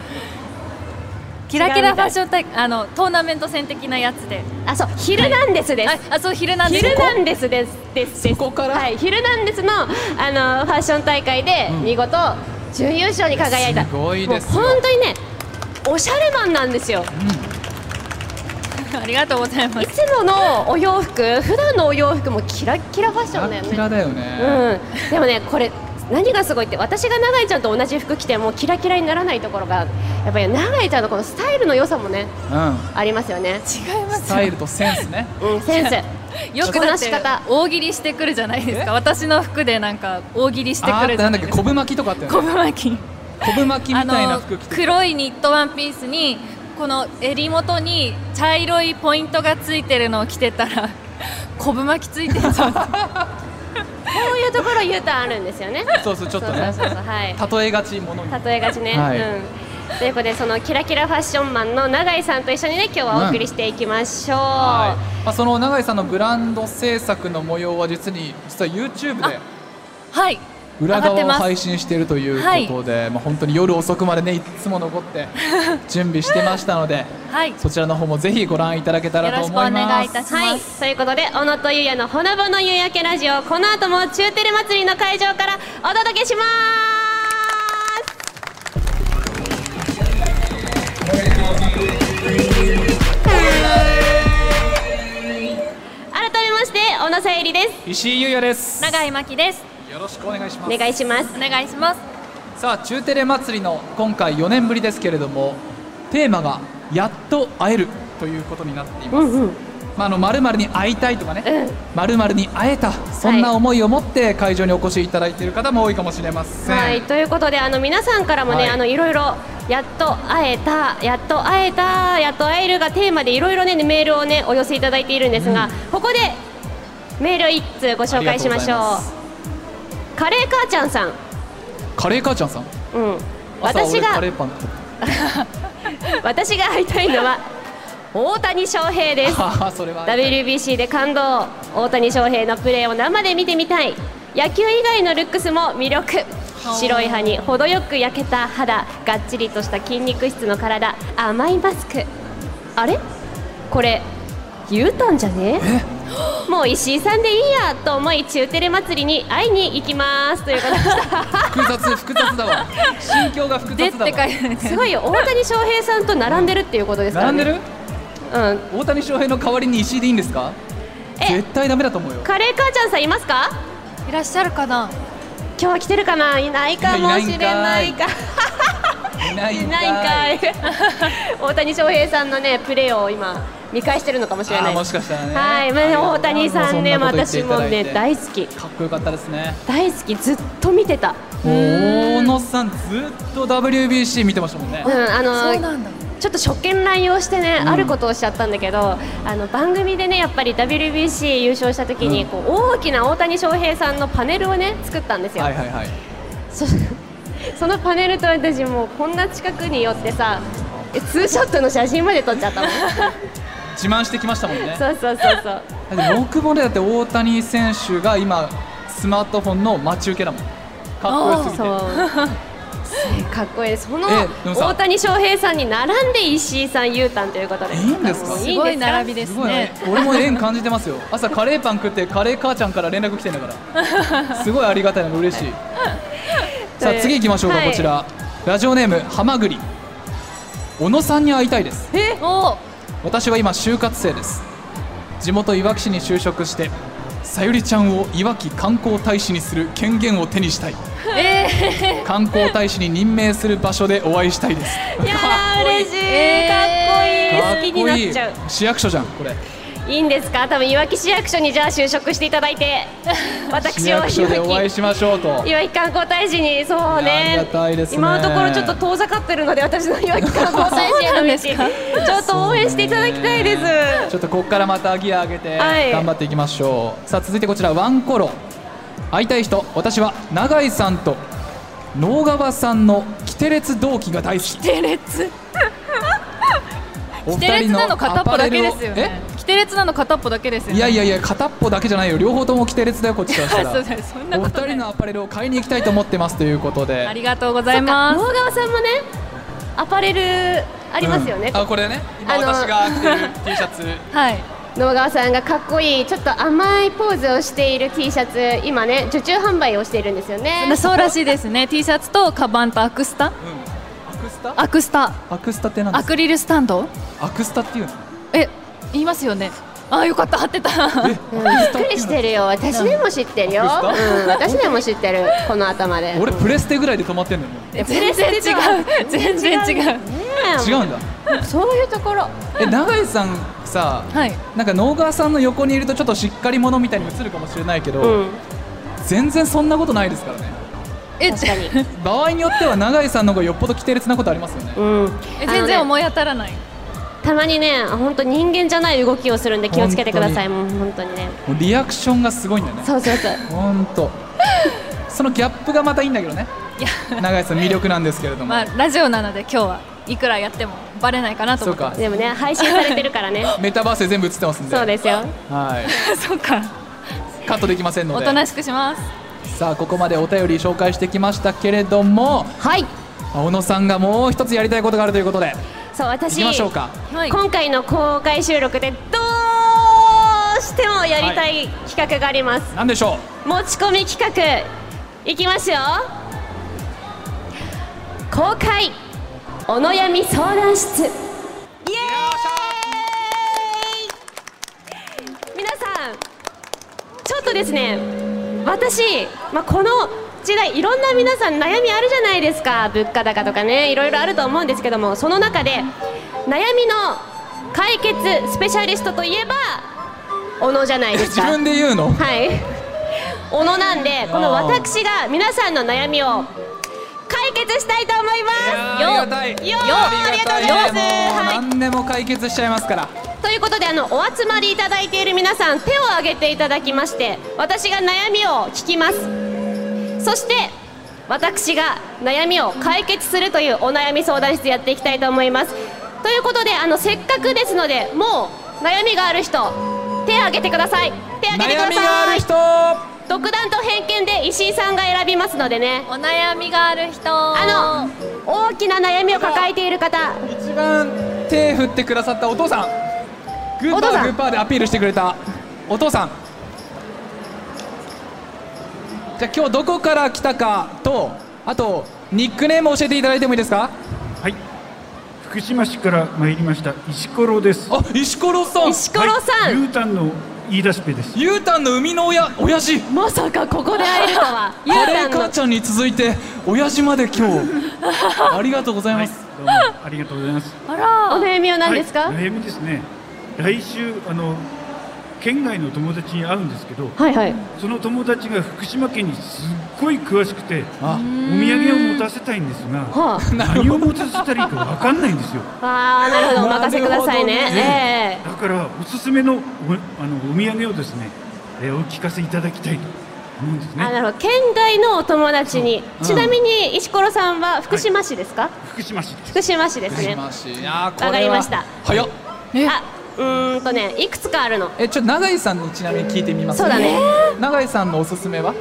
[SPEAKER 3] キラキラファッション大会あのトーナメント戦的なやつで
[SPEAKER 1] あそう「ヒルナンデス」です、
[SPEAKER 3] ああそう昼なん
[SPEAKER 1] ヒ
[SPEAKER 3] で
[SPEAKER 1] ルナンデスですですです
[SPEAKER 2] そこから
[SPEAKER 1] はい、ヒルナンデスのあのファッション大会で
[SPEAKER 2] うん
[SPEAKER 1] 見事準優勝に輝いた、
[SPEAKER 2] すごいですよ
[SPEAKER 1] もう本当にねおしゃれマンなんですよ
[SPEAKER 3] すありがとうございま
[SPEAKER 1] い
[SPEAKER 3] す
[SPEAKER 1] つものお洋服普段のお洋服もキラッキラファッションだよ
[SPEAKER 2] うん、
[SPEAKER 1] ね
[SPEAKER 2] キラだよね、
[SPEAKER 1] うん、でもねこれ何がすごいって私が永井ちゃんと同じ服着てもキラキラにならないところがやっぱり永井ちゃんのこのスタイルの良さもね
[SPEAKER 2] うん
[SPEAKER 1] ありますよ ね、
[SPEAKER 3] 違いま
[SPEAKER 2] スタイルとセンスね
[SPEAKER 1] うん、センス
[SPEAKER 3] よく
[SPEAKER 1] 着こ
[SPEAKER 3] だ
[SPEAKER 1] な
[SPEAKER 3] っ
[SPEAKER 1] して方
[SPEAKER 3] 大喜利してくるじゃないですか私の服でなんか大喜利して
[SPEAKER 2] あ
[SPEAKER 3] く
[SPEAKER 2] ーっ
[SPEAKER 3] る
[SPEAKER 2] て
[SPEAKER 3] じ
[SPEAKER 2] な
[SPEAKER 3] ゃ
[SPEAKER 2] ん
[SPEAKER 3] な
[SPEAKER 2] だ
[SPEAKER 3] い
[SPEAKER 2] っ
[SPEAKER 3] で
[SPEAKER 2] け
[SPEAKER 3] すか
[SPEAKER 2] 昆布巻きとかあって
[SPEAKER 3] 昆布巻き
[SPEAKER 2] 昆布巻きみたいな服着てる
[SPEAKER 3] 黒いニットワンピースにこの襟元に茶色いポイントがついてるのを着てたら昆布巻きついてるぞ
[SPEAKER 1] そういうところ言うとあるんですよね
[SPEAKER 2] そうそうちょっとね
[SPEAKER 1] そうそうそうそうはい
[SPEAKER 2] 例えがちものに
[SPEAKER 1] 例えがちね、
[SPEAKER 2] はい
[SPEAKER 1] うん、ということでそのキラキラファッションマンの永井さんと一緒にね今日はお送りしていきましょう、
[SPEAKER 2] はいまあ、その永井さんのブランド制作の模様は実に実は YouTube で
[SPEAKER 3] はい
[SPEAKER 2] 裏
[SPEAKER 3] 上がって
[SPEAKER 2] 側を
[SPEAKER 3] ます
[SPEAKER 2] 配信しているということで、まあ、本当に夜遅くまでねいつも残って準備してましたので
[SPEAKER 3] はい
[SPEAKER 2] そちらの方もぜひご覧いただけたらと思います
[SPEAKER 3] よろしくお願いいたします
[SPEAKER 1] はい、ということで小野とゆうやのほのぼの夕焼けラジオこの後も中テレ祭りの会場からお届けします改めまして小野さゆりです
[SPEAKER 2] 石井優也です
[SPEAKER 3] 永井真希です
[SPEAKER 2] よろしくお願いします
[SPEAKER 1] お願いします
[SPEAKER 3] お願いします
[SPEAKER 2] さあ中テレ祭りの今回4年ぶりですけれどもテーマが「やっと会える」ということになっています、
[SPEAKER 1] うん
[SPEAKER 2] まあ、あの〇〇に会いたいとかね、
[SPEAKER 1] うん
[SPEAKER 2] 〇〇に会えたそんな思いを持って会場にお越しいただいている方も多いかもしれません、
[SPEAKER 1] はい、ということであの皆さんからもね、
[SPEAKER 2] はい
[SPEAKER 1] い、あのいろいろやっと会えたやっと会えたやっと会えるがテーマでいろいろねメールをねお寄せいただいているんですが、ここでメールを一通ご紹介しましょう
[SPEAKER 2] ありがとうございます
[SPEAKER 1] カレー母ちゃんさん、
[SPEAKER 2] カレー母ちゃんさん
[SPEAKER 1] うん、
[SPEAKER 2] 朝
[SPEAKER 1] 私
[SPEAKER 2] 俺カ
[SPEAKER 1] が
[SPEAKER 2] レーパン
[SPEAKER 1] 私が会いたいの は大谷翔平です
[SPEAKER 2] ああそれは
[SPEAKER 1] WBC で感動大谷翔平のプレーを生で見てみたい野球以外のルックスも魅力白い歯に程よく焼けた肌がっちりとした筋肉質の体甘いマスクあれこれ言うたんじゃねもう石井さんでいいやと思い中テレ祭りに会いに行きますということでした
[SPEAKER 2] 複雑複雑だ わ心境が複
[SPEAKER 3] でっ
[SPEAKER 2] 雑
[SPEAKER 3] て
[SPEAKER 2] だ
[SPEAKER 3] 書いてあ
[SPEAKER 2] わ
[SPEAKER 3] る
[SPEAKER 1] すごいよ大谷翔平さんと並んでるっていうことですから、
[SPEAKER 2] 並
[SPEAKER 1] ね、
[SPEAKER 2] んでる
[SPEAKER 1] うん
[SPEAKER 2] 大谷翔平の代わりに石井でいいんですか
[SPEAKER 1] え
[SPEAKER 2] 絶対ダメだと思うよ
[SPEAKER 1] カレー母ちゃんさんいますか
[SPEAKER 3] いらっしゃるかな
[SPEAKER 1] 今日は来てるかないないかもしれないか
[SPEAKER 2] いない
[SPEAKER 1] い
[SPEAKER 2] んか
[SPEAKER 1] ないいんかい 大谷翔平さんのねプレーを今見返してるのかもしれ
[SPEAKER 2] あ
[SPEAKER 1] な
[SPEAKER 2] ー
[SPEAKER 1] い
[SPEAKER 2] もしかしたらね
[SPEAKER 1] はい、まあね、大谷さんね
[SPEAKER 2] もうそなこと言
[SPEAKER 1] 私
[SPEAKER 2] っていた
[SPEAKER 1] も
[SPEAKER 2] だいて
[SPEAKER 1] ね大好き
[SPEAKER 2] かっこよかったですね
[SPEAKER 1] 大好きずっと見てた
[SPEAKER 2] もう大野さんずっと WBC 見てましたもんね
[SPEAKER 1] うんあ
[SPEAKER 3] そう
[SPEAKER 1] の
[SPEAKER 3] なんだ
[SPEAKER 1] ちちょっと初見乱用してね、あることをおっしちゃったんだけどあの番組でねやっぱり WBC 優勝した時に、こう大きな大谷翔平さんのパネルをね作ったんですよ、
[SPEAKER 2] はいはいはい
[SPEAKER 1] そ そのパネルと私もうこんな近くに寄ってさえツーショットの 写真まで撮っちゃったもん
[SPEAKER 2] 自慢してきましたもんね
[SPEAKER 1] そうそうそうそう
[SPEAKER 2] だって僕もねだって大谷選手が今スマートフォンの待ち受けだもんかっこよすぎて
[SPEAKER 1] そうかっこいいですその
[SPEAKER 2] えでもさ
[SPEAKER 1] 大谷翔平さんに並んで石井さん雄太ということで
[SPEAKER 2] いいんですか
[SPEAKER 1] もう
[SPEAKER 3] すごい並び
[SPEAKER 1] で
[SPEAKER 3] ですす
[SPEAKER 2] ごいね
[SPEAKER 3] ね。
[SPEAKER 2] 俺も縁感じてますよ朝カレーパン食ってカレー母ちゃんから連絡来てんだから すごいありがたいの嬉しいさあ
[SPEAKER 1] という
[SPEAKER 2] 次行きましょうか、
[SPEAKER 1] はい
[SPEAKER 2] こちらラジオネームはまぐり小野さんに会いたいです
[SPEAKER 1] すえ
[SPEAKER 3] お
[SPEAKER 2] 私は今就活生です地元いわき市に就職してさゆりちゃんをいわき観光大使にする権限を手にしたい
[SPEAKER 3] え
[SPEAKER 2] 観光大使に任命する場所でお会いしたいです
[SPEAKER 1] いやー嬉しい、
[SPEAKER 3] えー
[SPEAKER 1] かっこいい好きになっちゃ
[SPEAKER 2] かっこいい市役所じゃんこれ
[SPEAKER 1] ういいんですか多分いわき市役所にじゃあ就職していただい て
[SPEAKER 2] 市
[SPEAKER 1] 私をいわ
[SPEAKER 2] 役所でお会い
[SPEAKER 1] き
[SPEAKER 2] しましょうと
[SPEAKER 1] いわき観光大使にそう
[SPEAKER 2] いやあ
[SPEAKER 1] ね
[SPEAKER 2] りがたいですね
[SPEAKER 1] 今のところちょっと遠ざかってるので私のいわき観光大使への道
[SPEAKER 3] そうなん
[SPEAKER 1] ちょっと応援していただきたいです
[SPEAKER 2] ちょっとここからまたギア上げて
[SPEAKER 1] はい
[SPEAKER 2] 頑張っていきましょう、さあ続いてこちらワンコロ会いたい人私は永井さんと能川さんのキテレツ同期が大好き
[SPEAKER 3] キテレツ。
[SPEAKER 2] お
[SPEAKER 3] キテレツなの片っぽだけで
[SPEAKER 2] ア
[SPEAKER 3] す
[SPEAKER 2] パレル
[SPEAKER 3] よ
[SPEAKER 2] を
[SPEAKER 3] ね。キテレツなの片っぽだけですよ
[SPEAKER 2] え
[SPEAKER 3] ね。
[SPEAKER 2] いやいやいや片っぽだけじゃないよ両方ともキテレツだよこっちからしたら
[SPEAKER 3] そうだよそんな
[SPEAKER 2] お
[SPEAKER 3] こ
[SPEAKER 2] 二
[SPEAKER 3] とない
[SPEAKER 2] 人のアパレルを買いに行きたいと思ってますということで
[SPEAKER 3] ありがとうございます。
[SPEAKER 1] 能川さんもねアパレルありますよね、
[SPEAKER 2] うんあこれね今
[SPEAKER 1] あの
[SPEAKER 2] 私が着てる T シャツ
[SPEAKER 3] はい。
[SPEAKER 1] 野川さんがかっこいいちょっと甘いポーズをしている T シャツ今ね受注販売をしているんですよね
[SPEAKER 3] そうらしいですね。T シャツとカバンとアクスタ。
[SPEAKER 2] うんアクスタ
[SPEAKER 3] アクスタ。
[SPEAKER 2] アクスタって何で
[SPEAKER 3] ア
[SPEAKER 2] すか
[SPEAKER 3] クリルスタンド。
[SPEAKER 2] アクスタっていうの
[SPEAKER 3] え、言いますよね。あ、よかった、貼ってた。
[SPEAKER 1] うんびっくりしてるよ私でも知ってるよ、
[SPEAKER 2] 本当ですか
[SPEAKER 1] うん、私でも知ってるこの頭で
[SPEAKER 2] 俺プレステぐらいで止まってんのよもう
[SPEAKER 3] 全然違う。全然違う。
[SPEAKER 1] ね
[SPEAKER 2] 違うんだ
[SPEAKER 1] えそういうところ
[SPEAKER 2] え永井さんさ
[SPEAKER 3] はい。
[SPEAKER 2] なんか能川さんの横にいるとちょっとしっかり者みたいに映るかもしれないけど、
[SPEAKER 1] うん
[SPEAKER 2] 全然そんなことないですからね
[SPEAKER 3] え、
[SPEAKER 1] 確かに、
[SPEAKER 2] 場合によっては永井さんの方がよっぽどキテレツなことありますよね、
[SPEAKER 1] うん、
[SPEAKER 3] え全然
[SPEAKER 1] あのね
[SPEAKER 3] 思い当たらない。
[SPEAKER 1] たまにね本当人間じゃない動きをするんで気をつけてくださいもう本当にね
[SPEAKER 2] もうリアクションがすごいんだよね
[SPEAKER 1] そうそうそう
[SPEAKER 2] ほんとそのギャップがまたいいんだけどね
[SPEAKER 3] いや、
[SPEAKER 2] 永井さん魅力なんですけれども、
[SPEAKER 3] まあ、ラジオなので、今日はいくらやってもバレないかなと
[SPEAKER 2] そ
[SPEAKER 3] 思
[SPEAKER 2] う
[SPEAKER 3] ってま
[SPEAKER 2] か
[SPEAKER 1] でもね配信されてるからね
[SPEAKER 2] メタバースで全部映ってますんで
[SPEAKER 1] そうですよ
[SPEAKER 2] はい
[SPEAKER 3] す。 そうか。
[SPEAKER 2] カットできませんの
[SPEAKER 3] お
[SPEAKER 2] で
[SPEAKER 3] となしくします。
[SPEAKER 2] さあここまでお便り紹介してきましたけれども
[SPEAKER 1] はい
[SPEAKER 2] 小野さんがもう一つやりたいことがあるということで
[SPEAKER 1] そう
[SPEAKER 2] い
[SPEAKER 1] 私
[SPEAKER 2] きましょうか
[SPEAKER 3] はい。
[SPEAKER 1] 今回の公開収録でどうしてもやりたい企画があります、
[SPEAKER 2] 何でしょ
[SPEAKER 1] 持ち込み企画いきますよ公開お悩み相談室イエーイ皆さんちょっとですね私、まあ、この時代いろんな皆さん悩みあるじゃないですか物価高とかねいろいろあると思うんですけどもその中で悩みの解決スペシャリストといえば小野じゃないうです
[SPEAKER 2] 自
[SPEAKER 1] か。
[SPEAKER 2] 分で言うの
[SPEAKER 1] はい。小野なんで、この
[SPEAKER 2] あー
[SPEAKER 1] 私が皆さんの悩みを解決したいと思います。
[SPEAKER 2] いやーありがたい
[SPEAKER 1] よー
[SPEAKER 2] ありがたい
[SPEAKER 1] ありがとうございます
[SPEAKER 2] もう
[SPEAKER 1] はい
[SPEAKER 2] 何でも解決しちゃいますから
[SPEAKER 1] ということで、あのお集まりいただいている皆さん、手を挙げていただきまして、私が悩みを聞きます。そして。私が悩みを解決するというお悩み相談室やっていきたいと思いますということであのせっかくですのでもう悩みがある人手を挙げてください手を挙げてください
[SPEAKER 2] 悩みがある人は
[SPEAKER 1] 独断と偏見で石井さんが選びますのでね
[SPEAKER 3] お悩みがある人。
[SPEAKER 1] あの大きな悩みを抱えている方
[SPEAKER 2] 一番手振ってくださったお父さんグ
[SPEAKER 1] お
[SPEAKER 2] ーパ
[SPEAKER 1] 父
[SPEAKER 2] ー
[SPEAKER 1] さん
[SPEAKER 2] グーパーでアピールしてくれたお父さんじゃあ今日どこから来たかとあとニックネーム教えていただいてもいいですか
[SPEAKER 4] はい。福島市から参りました石ころです。
[SPEAKER 2] あ石ころさん
[SPEAKER 1] 石ころさ
[SPEAKER 4] はい、
[SPEAKER 1] ん、
[SPEAKER 4] 牛タンの言い出しっぺです。
[SPEAKER 2] ゆうたんの生みの親親父
[SPEAKER 1] まさかここで会えるとはゆう
[SPEAKER 2] カレ
[SPEAKER 1] た
[SPEAKER 2] ー
[SPEAKER 1] ん
[SPEAKER 2] 母
[SPEAKER 1] の
[SPEAKER 2] ちゃんに続いて親父まで今 日ありがとうござい
[SPEAKER 4] は
[SPEAKER 2] ま
[SPEAKER 4] い。
[SPEAKER 2] す、
[SPEAKER 4] どうもあ りがとうございます。
[SPEAKER 3] あら
[SPEAKER 1] お悩みは何ですか、
[SPEAKER 4] はい、悩みですね。来週あの県外の友達に会うんですけど
[SPEAKER 1] はいはい
[SPEAKER 4] その友達が福島県にすっごい詳しくて
[SPEAKER 2] あ
[SPEAKER 4] お土産を持たせたいんですが
[SPEAKER 1] は
[SPEAKER 4] 何を持たせたらいいか分かんないんですよ
[SPEAKER 1] ああーなるほどお任せくださいね
[SPEAKER 4] なるほど
[SPEAKER 1] え
[SPEAKER 4] だからおすすめのおあのお土産をですね、えーお聞かせいただきたいと思うんです
[SPEAKER 1] えあ
[SPEAKER 4] ね
[SPEAKER 1] なるほど県外のお友達に、
[SPEAKER 2] うん
[SPEAKER 1] ちなみに石ころさんは福島市ですか、
[SPEAKER 4] 福島市です
[SPEAKER 1] 福島市です
[SPEAKER 2] し
[SPEAKER 1] ね
[SPEAKER 2] ましいやーこれは
[SPEAKER 1] わかりました
[SPEAKER 2] 早っ
[SPEAKER 1] あうーんとねいくつかあるの
[SPEAKER 2] えちょっと永井さんにちなみに聞いてみます
[SPEAKER 1] そうだね
[SPEAKER 2] 永井さんのおすすめは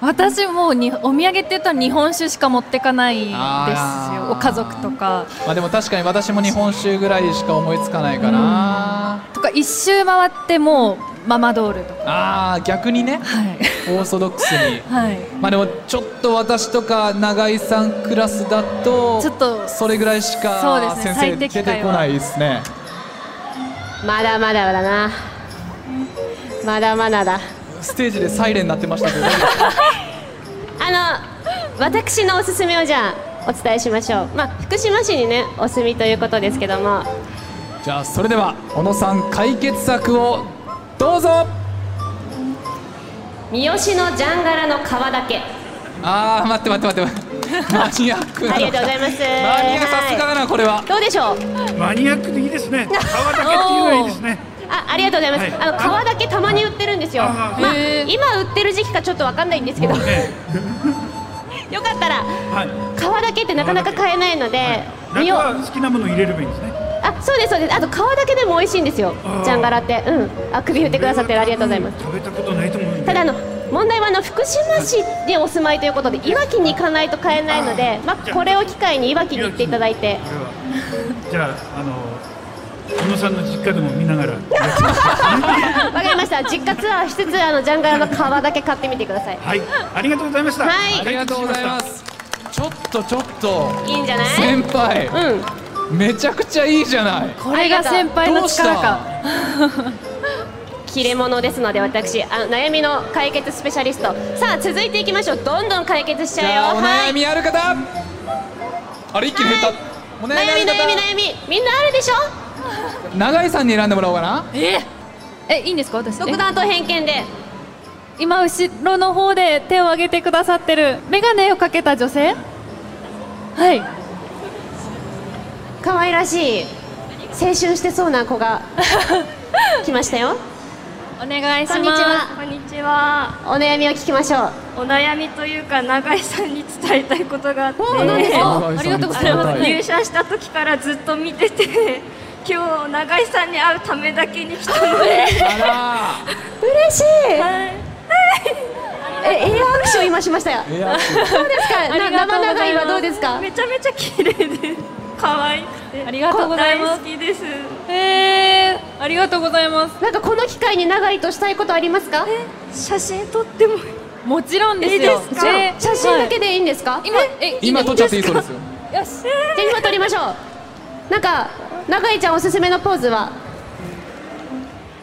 [SPEAKER 3] 私もうにお土産って言ったら日本酒しか持ってかないです
[SPEAKER 2] あー
[SPEAKER 3] よお家族とか
[SPEAKER 2] まあでも確かに私も日本酒ぐらいしか思いつかないかな
[SPEAKER 3] とか一周回ってもうママドールとか
[SPEAKER 2] あー逆にね
[SPEAKER 3] はい
[SPEAKER 2] オーソドックスに
[SPEAKER 3] はい
[SPEAKER 2] まあでもちょっと私とか永井さんクラスだと
[SPEAKER 3] ちょっと
[SPEAKER 2] それぐらいし
[SPEAKER 3] そうで
[SPEAKER 2] か
[SPEAKER 3] すね
[SPEAKER 2] 先生
[SPEAKER 3] 最
[SPEAKER 2] 出
[SPEAKER 3] 適
[SPEAKER 2] て
[SPEAKER 3] 解
[SPEAKER 2] こ
[SPEAKER 3] は
[SPEAKER 2] ないですね
[SPEAKER 1] まだまだだなまだまだだ
[SPEAKER 2] ステージでサイレンになってましたけど
[SPEAKER 1] あの私のおすすめをじゃあお伝えしましょう、まあ、福島市にねお住みということですけども
[SPEAKER 2] じゃあそれでは小野さん解決策をどうぞ
[SPEAKER 1] 三好のジャンガラの皮だけ
[SPEAKER 2] あー待って待って待って 待ってマニアックな
[SPEAKER 1] ありがとうございます
[SPEAKER 2] マニアさすがだなこれは
[SPEAKER 1] どうでしょう
[SPEAKER 4] マニアックでいいです ね皮だけっていうのはいいですね
[SPEAKER 1] あありがとうございます、
[SPEAKER 4] はい
[SPEAKER 1] あの皮だけたまに売ってるんですよ
[SPEAKER 4] あー
[SPEAKER 1] まあ
[SPEAKER 3] へー
[SPEAKER 1] 今売ってる時期かちょっとわかんないんですけどよか
[SPEAKER 4] ね
[SPEAKER 1] ったら
[SPEAKER 4] はい
[SPEAKER 1] 皮だけってなかなか買えないので、身
[SPEAKER 4] 中
[SPEAKER 1] を
[SPEAKER 4] は好きなものを入れればいいんですね
[SPEAKER 1] あそうですそうですあと皮だけでも美味しいんですよ
[SPEAKER 4] あー
[SPEAKER 1] ジャンガラってうんあ首振ってくださってありがとうございます
[SPEAKER 4] 食べたことないと思うんで
[SPEAKER 1] ただあの問題はあの福島市でお住まいということでいわきに行かないと買えないので、まあ、これを機会にいわきに行っていただいて
[SPEAKER 4] これはじゃああの小野さんの実家でも見ながらやってみます
[SPEAKER 1] わかりました実家ツアーしつつあのジャンガラの皮だけ買ってみてください
[SPEAKER 4] はいありがとうございました
[SPEAKER 1] はい
[SPEAKER 2] ありがとうございますちょっとちょっと
[SPEAKER 1] いいんじゃない
[SPEAKER 2] 先輩
[SPEAKER 1] うん
[SPEAKER 2] めちゃくちゃいいじゃない
[SPEAKER 3] これが先輩
[SPEAKER 2] ど
[SPEAKER 3] の
[SPEAKER 2] うした
[SPEAKER 3] 力か
[SPEAKER 1] 切れ者ですので私あの悩みの解決スペシャリストさあ続いていきましょうどんどん解決しち
[SPEAKER 2] じ
[SPEAKER 1] ゃ
[SPEAKER 2] ゃあ
[SPEAKER 1] うよ
[SPEAKER 2] お
[SPEAKER 1] は
[SPEAKER 2] 悩
[SPEAKER 1] い
[SPEAKER 2] みある方、あれ一気に減った、
[SPEAKER 1] はい
[SPEAKER 2] お
[SPEAKER 1] 悩み
[SPEAKER 2] 悩み
[SPEAKER 1] 悩み
[SPEAKER 2] あ
[SPEAKER 1] 悩みみんなあるでしょ
[SPEAKER 2] る方永井さんに選んでもらおうかな
[SPEAKER 3] ええいいんですか私
[SPEAKER 1] 独断と偏見で
[SPEAKER 3] え今後ろの方で手を挙げてくださってる眼鏡をかけた女性はい
[SPEAKER 1] 可愛らしい青春してそうな子が来ましたよ
[SPEAKER 3] お願いしま
[SPEAKER 1] こん
[SPEAKER 3] す
[SPEAKER 1] にちは
[SPEAKER 5] こんにちは。
[SPEAKER 1] お悩みを聞きましょう
[SPEAKER 5] お悩みというか永井さんに伝えたいことがあって、
[SPEAKER 1] お何ですか
[SPEAKER 2] 永井さんに
[SPEAKER 3] ありがとうござい
[SPEAKER 5] あ
[SPEAKER 3] ま
[SPEAKER 5] の
[SPEAKER 3] す
[SPEAKER 5] 入社した時からずっと見てて、今日永井さんに会うためだけに来たので、
[SPEAKER 2] あ
[SPEAKER 1] 嬉しい。え、エアアクション今しましたよ。
[SPEAKER 2] らーいや
[SPEAKER 1] どうですか、
[SPEAKER 3] ありが
[SPEAKER 1] な
[SPEAKER 3] とうございます
[SPEAKER 1] 生長いはどうですか。
[SPEAKER 5] めちゃめちゃ綺麗で可愛くて、
[SPEAKER 3] ありがとうございます
[SPEAKER 5] 大好きです。
[SPEAKER 3] えー、ありがとうございます
[SPEAKER 1] なんかこの機会に長いとしたいことありますか。
[SPEAKER 5] 写真撮っても
[SPEAKER 3] もちろんですよ
[SPEAKER 5] いいですか
[SPEAKER 3] えー
[SPEAKER 1] 写真だけでいいんですか。
[SPEAKER 3] 今え
[SPEAKER 2] 今撮っちゃっていいそうですよ
[SPEAKER 3] よし
[SPEAKER 1] じゃあ今撮りましょう。なんか、長井ちゃんおすすめのポーズは。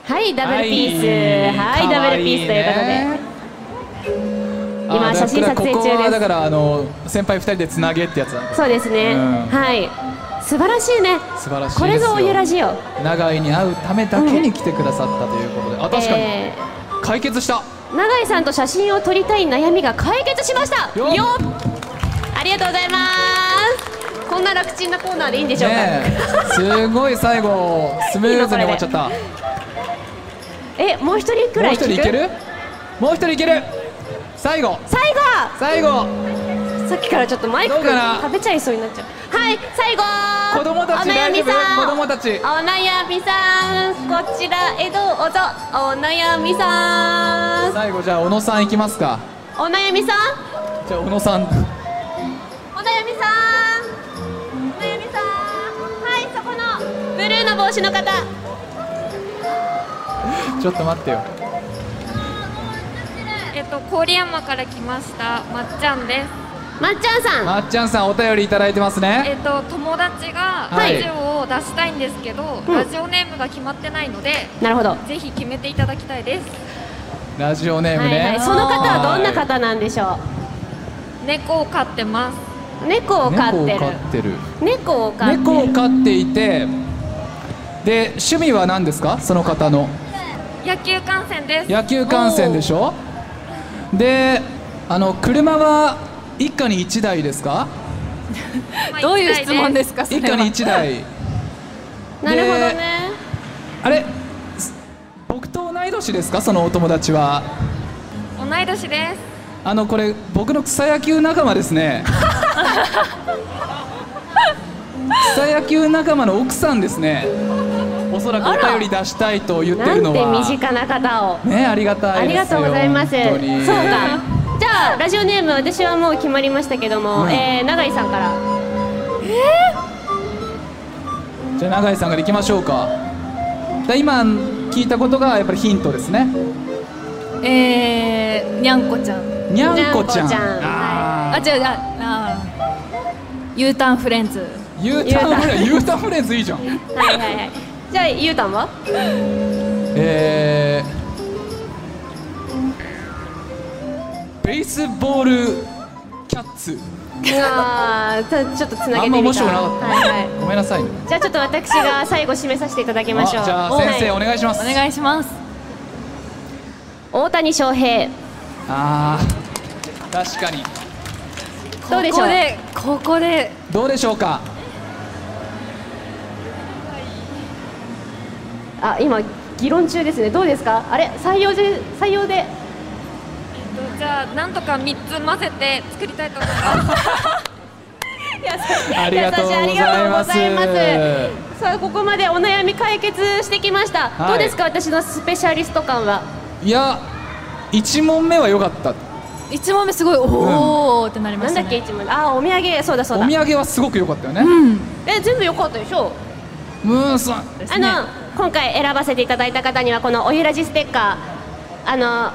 [SPEAKER 1] はい、ダブルピース。はい、ダブルピースということで。
[SPEAKER 2] と
[SPEAKER 1] 今写真撮影中です
[SPEAKER 2] ここはだからあの先輩二人でつなげってやつだ
[SPEAKER 1] そうですね。
[SPEAKER 2] うん
[SPEAKER 1] はい。素晴らしいね。
[SPEAKER 2] 素晴らしいです
[SPEAKER 1] こ
[SPEAKER 2] よ
[SPEAKER 1] れぞおゆらじよ。
[SPEAKER 2] 永井に会うためだけに来てくださったということで、あ確かに、
[SPEAKER 1] えー
[SPEAKER 2] 解決した
[SPEAKER 1] 永井さんと写真を撮りたい悩みが解決しました
[SPEAKER 2] よ
[SPEAKER 1] よ
[SPEAKER 2] っ
[SPEAKER 1] っありがとうございますこんな楽ちんなコーナーでいいんでしょうか、
[SPEAKER 2] ねえすごい最後スムーズに終わっちゃった
[SPEAKER 1] えもう一 人く
[SPEAKER 2] も
[SPEAKER 1] ら
[SPEAKER 2] う
[SPEAKER 1] い
[SPEAKER 2] 一
[SPEAKER 1] 聞く
[SPEAKER 2] 人いけるもう一人いける最後
[SPEAKER 1] 最後
[SPEAKER 2] 最後
[SPEAKER 1] さっきからちょっとマイク
[SPEAKER 2] どうかな
[SPEAKER 1] 食べちゃいそうになっちゃうはい最後
[SPEAKER 2] 子供たち
[SPEAKER 1] お悩みさん
[SPEAKER 2] 大丈夫子供たち
[SPEAKER 1] お悩みさんこちらへどうぞお悩みさん
[SPEAKER 2] 最後じゃあ小野さんいきますか
[SPEAKER 1] お悩みさん
[SPEAKER 2] じゃあ小野さん
[SPEAKER 1] お悩みさんお悩みさんはいそこのブルーの帽子の方
[SPEAKER 2] ちょっと待ってよ
[SPEAKER 5] えっと郡山から来ましたまっちゃんです。
[SPEAKER 1] まっちゃんさん
[SPEAKER 2] まっちゃんさんお便りいただいてます
[SPEAKER 5] えっ
[SPEAKER 2] ね
[SPEAKER 5] と友達が
[SPEAKER 2] は
[SPEAKER 5] ラ
[SPEAKER 2] い
[SPEAKER 5] ジオを出したいんですけど、
[SPEAKER 1] うん
[SPEAKER 5] ラジオネームが決まってないので、
[SPEAKER 1] なるほど
[SPEAKER 5] ぜひ決めていただきたいです。
[SPEAKER 2] ラジオネーム
[SPEAKER 1] はいは
[SPEAKER 2] ね
[SPEAKER 1] い、その方はどんな方なんでしょ
[SPEAKER 5] 猫を飼ってます。
[SPEAKER 1] う猫を飼
[SPEAKER 2] 猫
[SPEAKER 1] っ
[SPEAKER 2] を
[SPEAKER 1] てる
[SPEAKER 2] 飼ってる
[SPEAKER 1] 猫を飼ってる
[SPEAKER 2] 猫を飼っていてで趣味は何ですかその方の
[SPEAKER 5] 野球観戦です
[SPEAKER 2] 野球観戦でしょであの車は一家に1台ですか
[SPEAKER 5] まあ
[SPEAKER 3] どういう質問ですすかそ
[SPEAKER 2] 一
[SPEAKER 3] れは
[SPEAKER 2] 家に1台
[SPEAKER 1] なるほどね
[SPEAKER 2] あれす僕と同い年ですかそのお友達は
[SPEAKER 5] 同い年です
[SPEAKER 2] あのこれ僕の草野球仲間で すね草野球仲間の奥さんですねおそらくお便り出したいと言って
[SPEAKER 1] な
[SPEAKER 2] る
[SPEAKER 1] ん
[SPEAKER 2] の
[SPEAKER 1] て
[SPEAKER 2] は
[SPEAKER 1] 身近な方を
[SPEAKER 2] ねありがた
[SPEAKER 1] あ
[SPEAKER 2] い
[SPEAKER 1] り
[SPEAKER 2] で
[SPEAKER 1] が
[SPEAKER 2] すよ
[SPEAKER 1] とうございますそう
[SPEAKER 2] 本
[SPEAKER 1] か
[SPEAKER 2] 当に
[SPEAKER 1] じゃあラジオネーム私はもう決まりましたけども、
[SPEAKER 2] うん
[SPEAKER 1] えー永井さんから
[SPEAKER 2] じゃあ永井さんからいきましょうかで今聞いたことがやっぱりヒントですね
[SPEAKER 3] えー、にゃんこちゃん
[SPEAKER 2] にゃんこちゃん
[SPEAKER 1] にゃんこちゃん
[SPEAKER 2] あ
[SPEAKER 3] あ違うああー U ターンフレンズ
[SPEAKER 2] ー U ターンフレーズ U ターンフレーズいいじゃん
[SPEAKER 1] はいはいはいじゃあゆうたんは
[SPEAKER 2] えー、ベースボールキャッツ
[SPEAKER 1] あーたちょっとつなげ
[SPEAKER 2] あ
[SPEAKER 1] て
[SPEAKER 2] んま面
[SPEAKER 1] みた
[SPEAKER 2] 白くなかった、
[SPEAKER 1] はいはい
[SPEAKER 2] ごめんなさいね
[SPEAKER 1] じゃあちょっと私が最後締めさせていただきま
[SPEAKER 2] あ
[SPEAKER 1] し
[SPEAKER 2] じ
[SPEAKER 1] ょう
[SPEAKER 2] ゃあ
[SPEAKER 1] はい
[SPEAKER 2] 先生お願いします
[SPEAKER 3] お願いします
[SPEAKER 1] 大谷翔平
[SPEAKER 2] あー確かに
[SPEAKER 1] どうでしょう
[SPEAKER 3] ここでここで
[SPEAKER 2] どうでしょうか
[SPEAKER 1] あ今議論中ですねどうですかあれ採用で採用で
[SPEAKER 5] じゃあなんとか三つ混ぜて作りたいと思います
[SPEAKER 2] ありがとうござい
[SPEAKER 1] 優しあり
[SPEAKER 2] ます
[SPEAKER 1] がとうございますさあここまでお悩み解決してきました、
[SPEAKER 2] はい
[SPEAKER 1] どうですか私のスペシャリスト感はい
[SPEAKER 2] や1問目は良かった
[SPEAKER 3] 一問目すごいおおってなりま
[SPEAKER 1] な
[SPEAKER 3] し
[SPEAKER 1] ん
[SPEAKER 3] た
[SPEAKER 1] だ
[SPEAKER 3] ね
[SPEAKER 1] っけ一問あお土産そうだそう
[SPEAKER 2] お
[SPEAKER 1] だ
[SPEAKER 2] 土産はすごく良かったよね
[SPEAKER 3] うん
[SPEAKER 1] え全部良かったでしょ
[SPEAKER 2] うんそう
[SPEAKER 3] です
[SPEAKER 1] あ
[SPEAKER 3] ね
[SPEAKER 1] の今回選ばせていただいた方にはこのおゆらじステッカーあの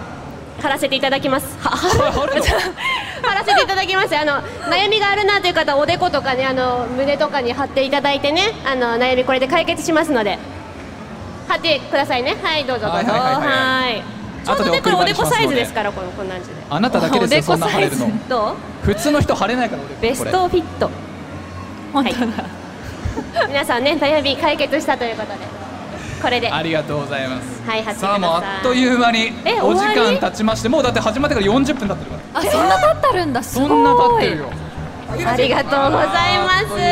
[SPEAKER 1] 貼らせていただきます はは
[SPEAKER 2] 貼 るの
[SPEAKER 1] 貼らせていただきますあの悩みがあるなという方はおでことかねあの胸とかに貼っていただいてねあの悩みこれで解決しますので貼ってくださいねはいどうぞどうぞ
[SPEAKER 2] はいはいはいはい
[SPEAKER 1] はいちょうど
[SPEAKER 2] 後で
[SPEAKER 1] ねこれ
[SPEAKER 2] お
[SPEAKER 1] お
[SPEAKER 2] 送り
[SPEAKER 1] で
[SPEAKER 2] します
[SPEAKER 1] こサ
[SPEAKER 2] ので
[SPEAKER 1] イズですからこのこんな感じで
[SPEAKER 2] あなただけですよそんな晴れるの
[SPEAKER 1] どう
[SPEAKER 2] 普通の人晴れないから俺
[SPEAKER 1] ベストフィット
[SPEAKER 3] 本当だ、
[SPEAKER 1] 皆さんね悩み解決したということでこれで
[SPEAKER 2] ありがとうございます
[SPEAKER 1] はい貼ってください
[SPEAKER 2] さあもうあっという間に
[SPEAKER 1] え
[SPEAKER 2] お
[SPEAKER 1] 終
[SPEAKER 2] 時
[SPEAKER 1] わり
[SPEAKER 2] 間経ちましてもうだって始まってから40分経ってるから
[SPEAKER 3] あそんな経ってるんだすご
[SPEAKER 2] そ
[SPEAKER 3] い
[SPEAKER 2] んな経ってるよ
[SPEAKER 1] ありがとうございます
[SPEAKER 2] あっという間で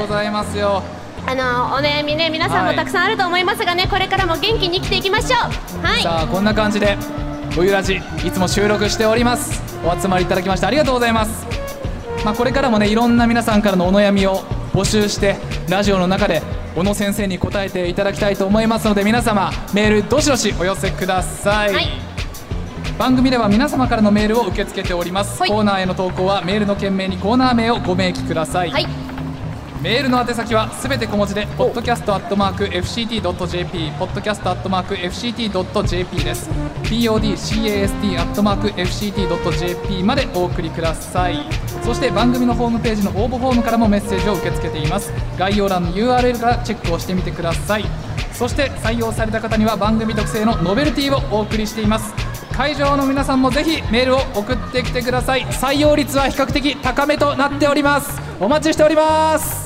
[SPEAKER 2] ございますよ
[SPEAKER 1] あのお悩みね皆さんもたくさんあると思いますがね、これからも元気に生きていきましょうは
[SPEAKER 2] さあこんな感じで「おゆらじ」いつも収録しておりますお集まりいただきましてありがとうございます、まあ、これからもねいろんな皆さんからのお悩みを募集してラジオの中で小野先生に答えていただきたいと思いますので皆様メールどしどしお寄せください、
[SPEAKER 1] いはい
[SPEAKER 2] 番組では皆様からのメールを受け付けております、
[SPEAKER 1] はい
[SPEAKER 2] コーナーへの投稿はメールの件名にコーナー名をご明記ください、
[SPEAKER 1] はい
[SPEAKER 2] メールの宛先はすべて小文字で podcast@fct.jp podcast@fct.jp です podcast@fct.jp までお送りくださいそして番組のホームページの応募フォームからもメッセージを受け付けています概要欄の URL からチェックをしてみてくださいそして採用された方には番組特製のノベルティをお送りしています会場の皆さんもぜひメールを送ってきてください採用率は比較的高めとなっておりますお待ちしております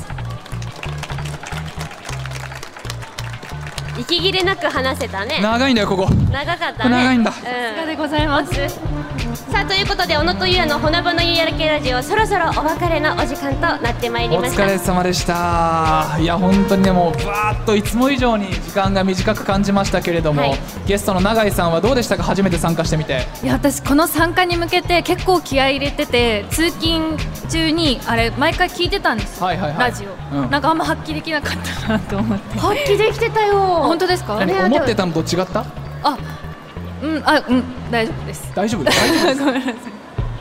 [SPEAKER 1] 息切れなく話せたね
[SPEAKER 2] 長いんだよここ
[SPEAKER 1] 長かっ
[SPEAKER 2] こ
[SPEAKER 1] た
[SPEAKER 2] れ
[SPEAKER 1] ね
[SPEAKER 2] 長いんだ
[SPEAKER 3] さすが
[SPEAKER 1] う
[SPEAKER 3] でございます
[SPEAKER 1] んさあということで小野とゆうのほなぼのゆうやる系ラジオそろそろお別れのお時間となってまいり
[SPEAKER 2] お
[SPEAKER 1] ました
[SPEAKER 2] 疲れ様でしたいや本当にねもうバーッといつも以上に時間が短く感じましたけれども、
[SPEAKER 1] はい
[SPEAKER 2] ゲストの永井さんはどうでしたか初めて参加してみて
[SPEAKER 3] いや私この参加に向けて結構気合い入れてて通勤中にあれ毎回聞いてたんですよ、
[SPEAKER 2] はいはいはい
[SPEAKER 3] ラジオ、
[SPEAKER 2] うん
[SPEAKER 3] なんかあんま発揮できなかったなと思って
[SPEAKER 1] 発揮できてたよ
[SPEAKER 3] 本当
[SPEAKER 1] で
[SPEAKER 3] ですか
[SPEAKER 1] れ
[SPEAKER 2] 何
[SPEAKER 1] は
[SPEAKER 2] 思ってたのと違った
[SPEAKER 3] あうんあうん大丈夫です
[SPEAKER 2] 大 丈夫大丈夫です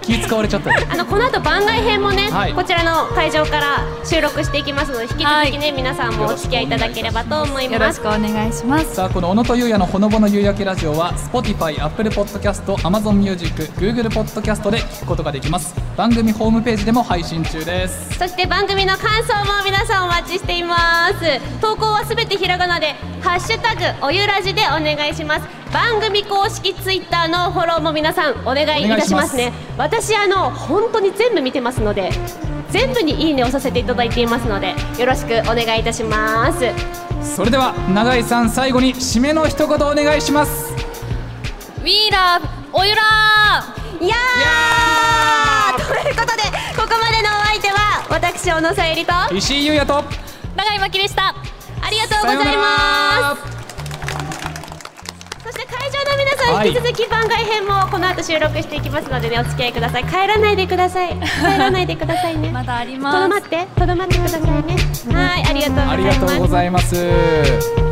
[SPEAKER 2] 気使われちゃったよ
[SPEAKER 1] あのこの後番外編もね、
[SPEAKER 2] はい
[SPEAKER 1] こちらの会場から収録していきますので引き続きね、
[SPEAKER 3] は
[SPEAKER 1] 皆さんもお付き合いいただければと思い
[SPEAKER 3] よろ
[SPEAKER 1] ま
[SPEAKER 3] し
[SPEAKER 1] す
[SPEAKER 3] くお願いします
[SPEAKER 2] さあこの小野とゆうやのほのぼの夕焼けラジオは Spotify、Apple Podcast、Amazon Music、Google Podcast で聞くことができます番組ホームページでも配信中です
[SPEAKER 1] そして番組の感想も皆さんお待ちしています投稿はすべてひらがなでハッシュタグおゆらじでお願いします番組公式ツイッターのフォローも皆さんお願いいたしますね私あの本当に全部見てますので全部にいいねをさせていただいていますのでよろしくお願いいたします
[SPEAKER 2] それでは永井さん最後に締めの一言お願いします
[SPEAKER 3] We love おゆら
[SPEAKER 1] いや
[SPEAKER 2] いや
[SPEAKER 1] ーということでここまでのお相手は私小野さゆりとあ
[SPEAKER 2] ー石井優也と
[SPEAKER 3] 長井真希でした
[SPEAKER 1] りがとうございますそして会場の皆さ
[SPEAKER 2] は
[SPEAKER 1] ん
[SPEAKER 2] い
[SPEAKER 1] 引き続き番外編もこの後収録していきますのでねお付き合いください帰らないでください帰らないでくださいね
[SPEAKER 3] まだあり
[SPEAKER 1] とど
[SPEAKER 3] ま
[SPEAKER 1] ますってとどまってくださいねはいありがとうございま
[SPEAKER 2] あ
[SPEAKER 1] す
[SPEAKER 2] りがとうございます。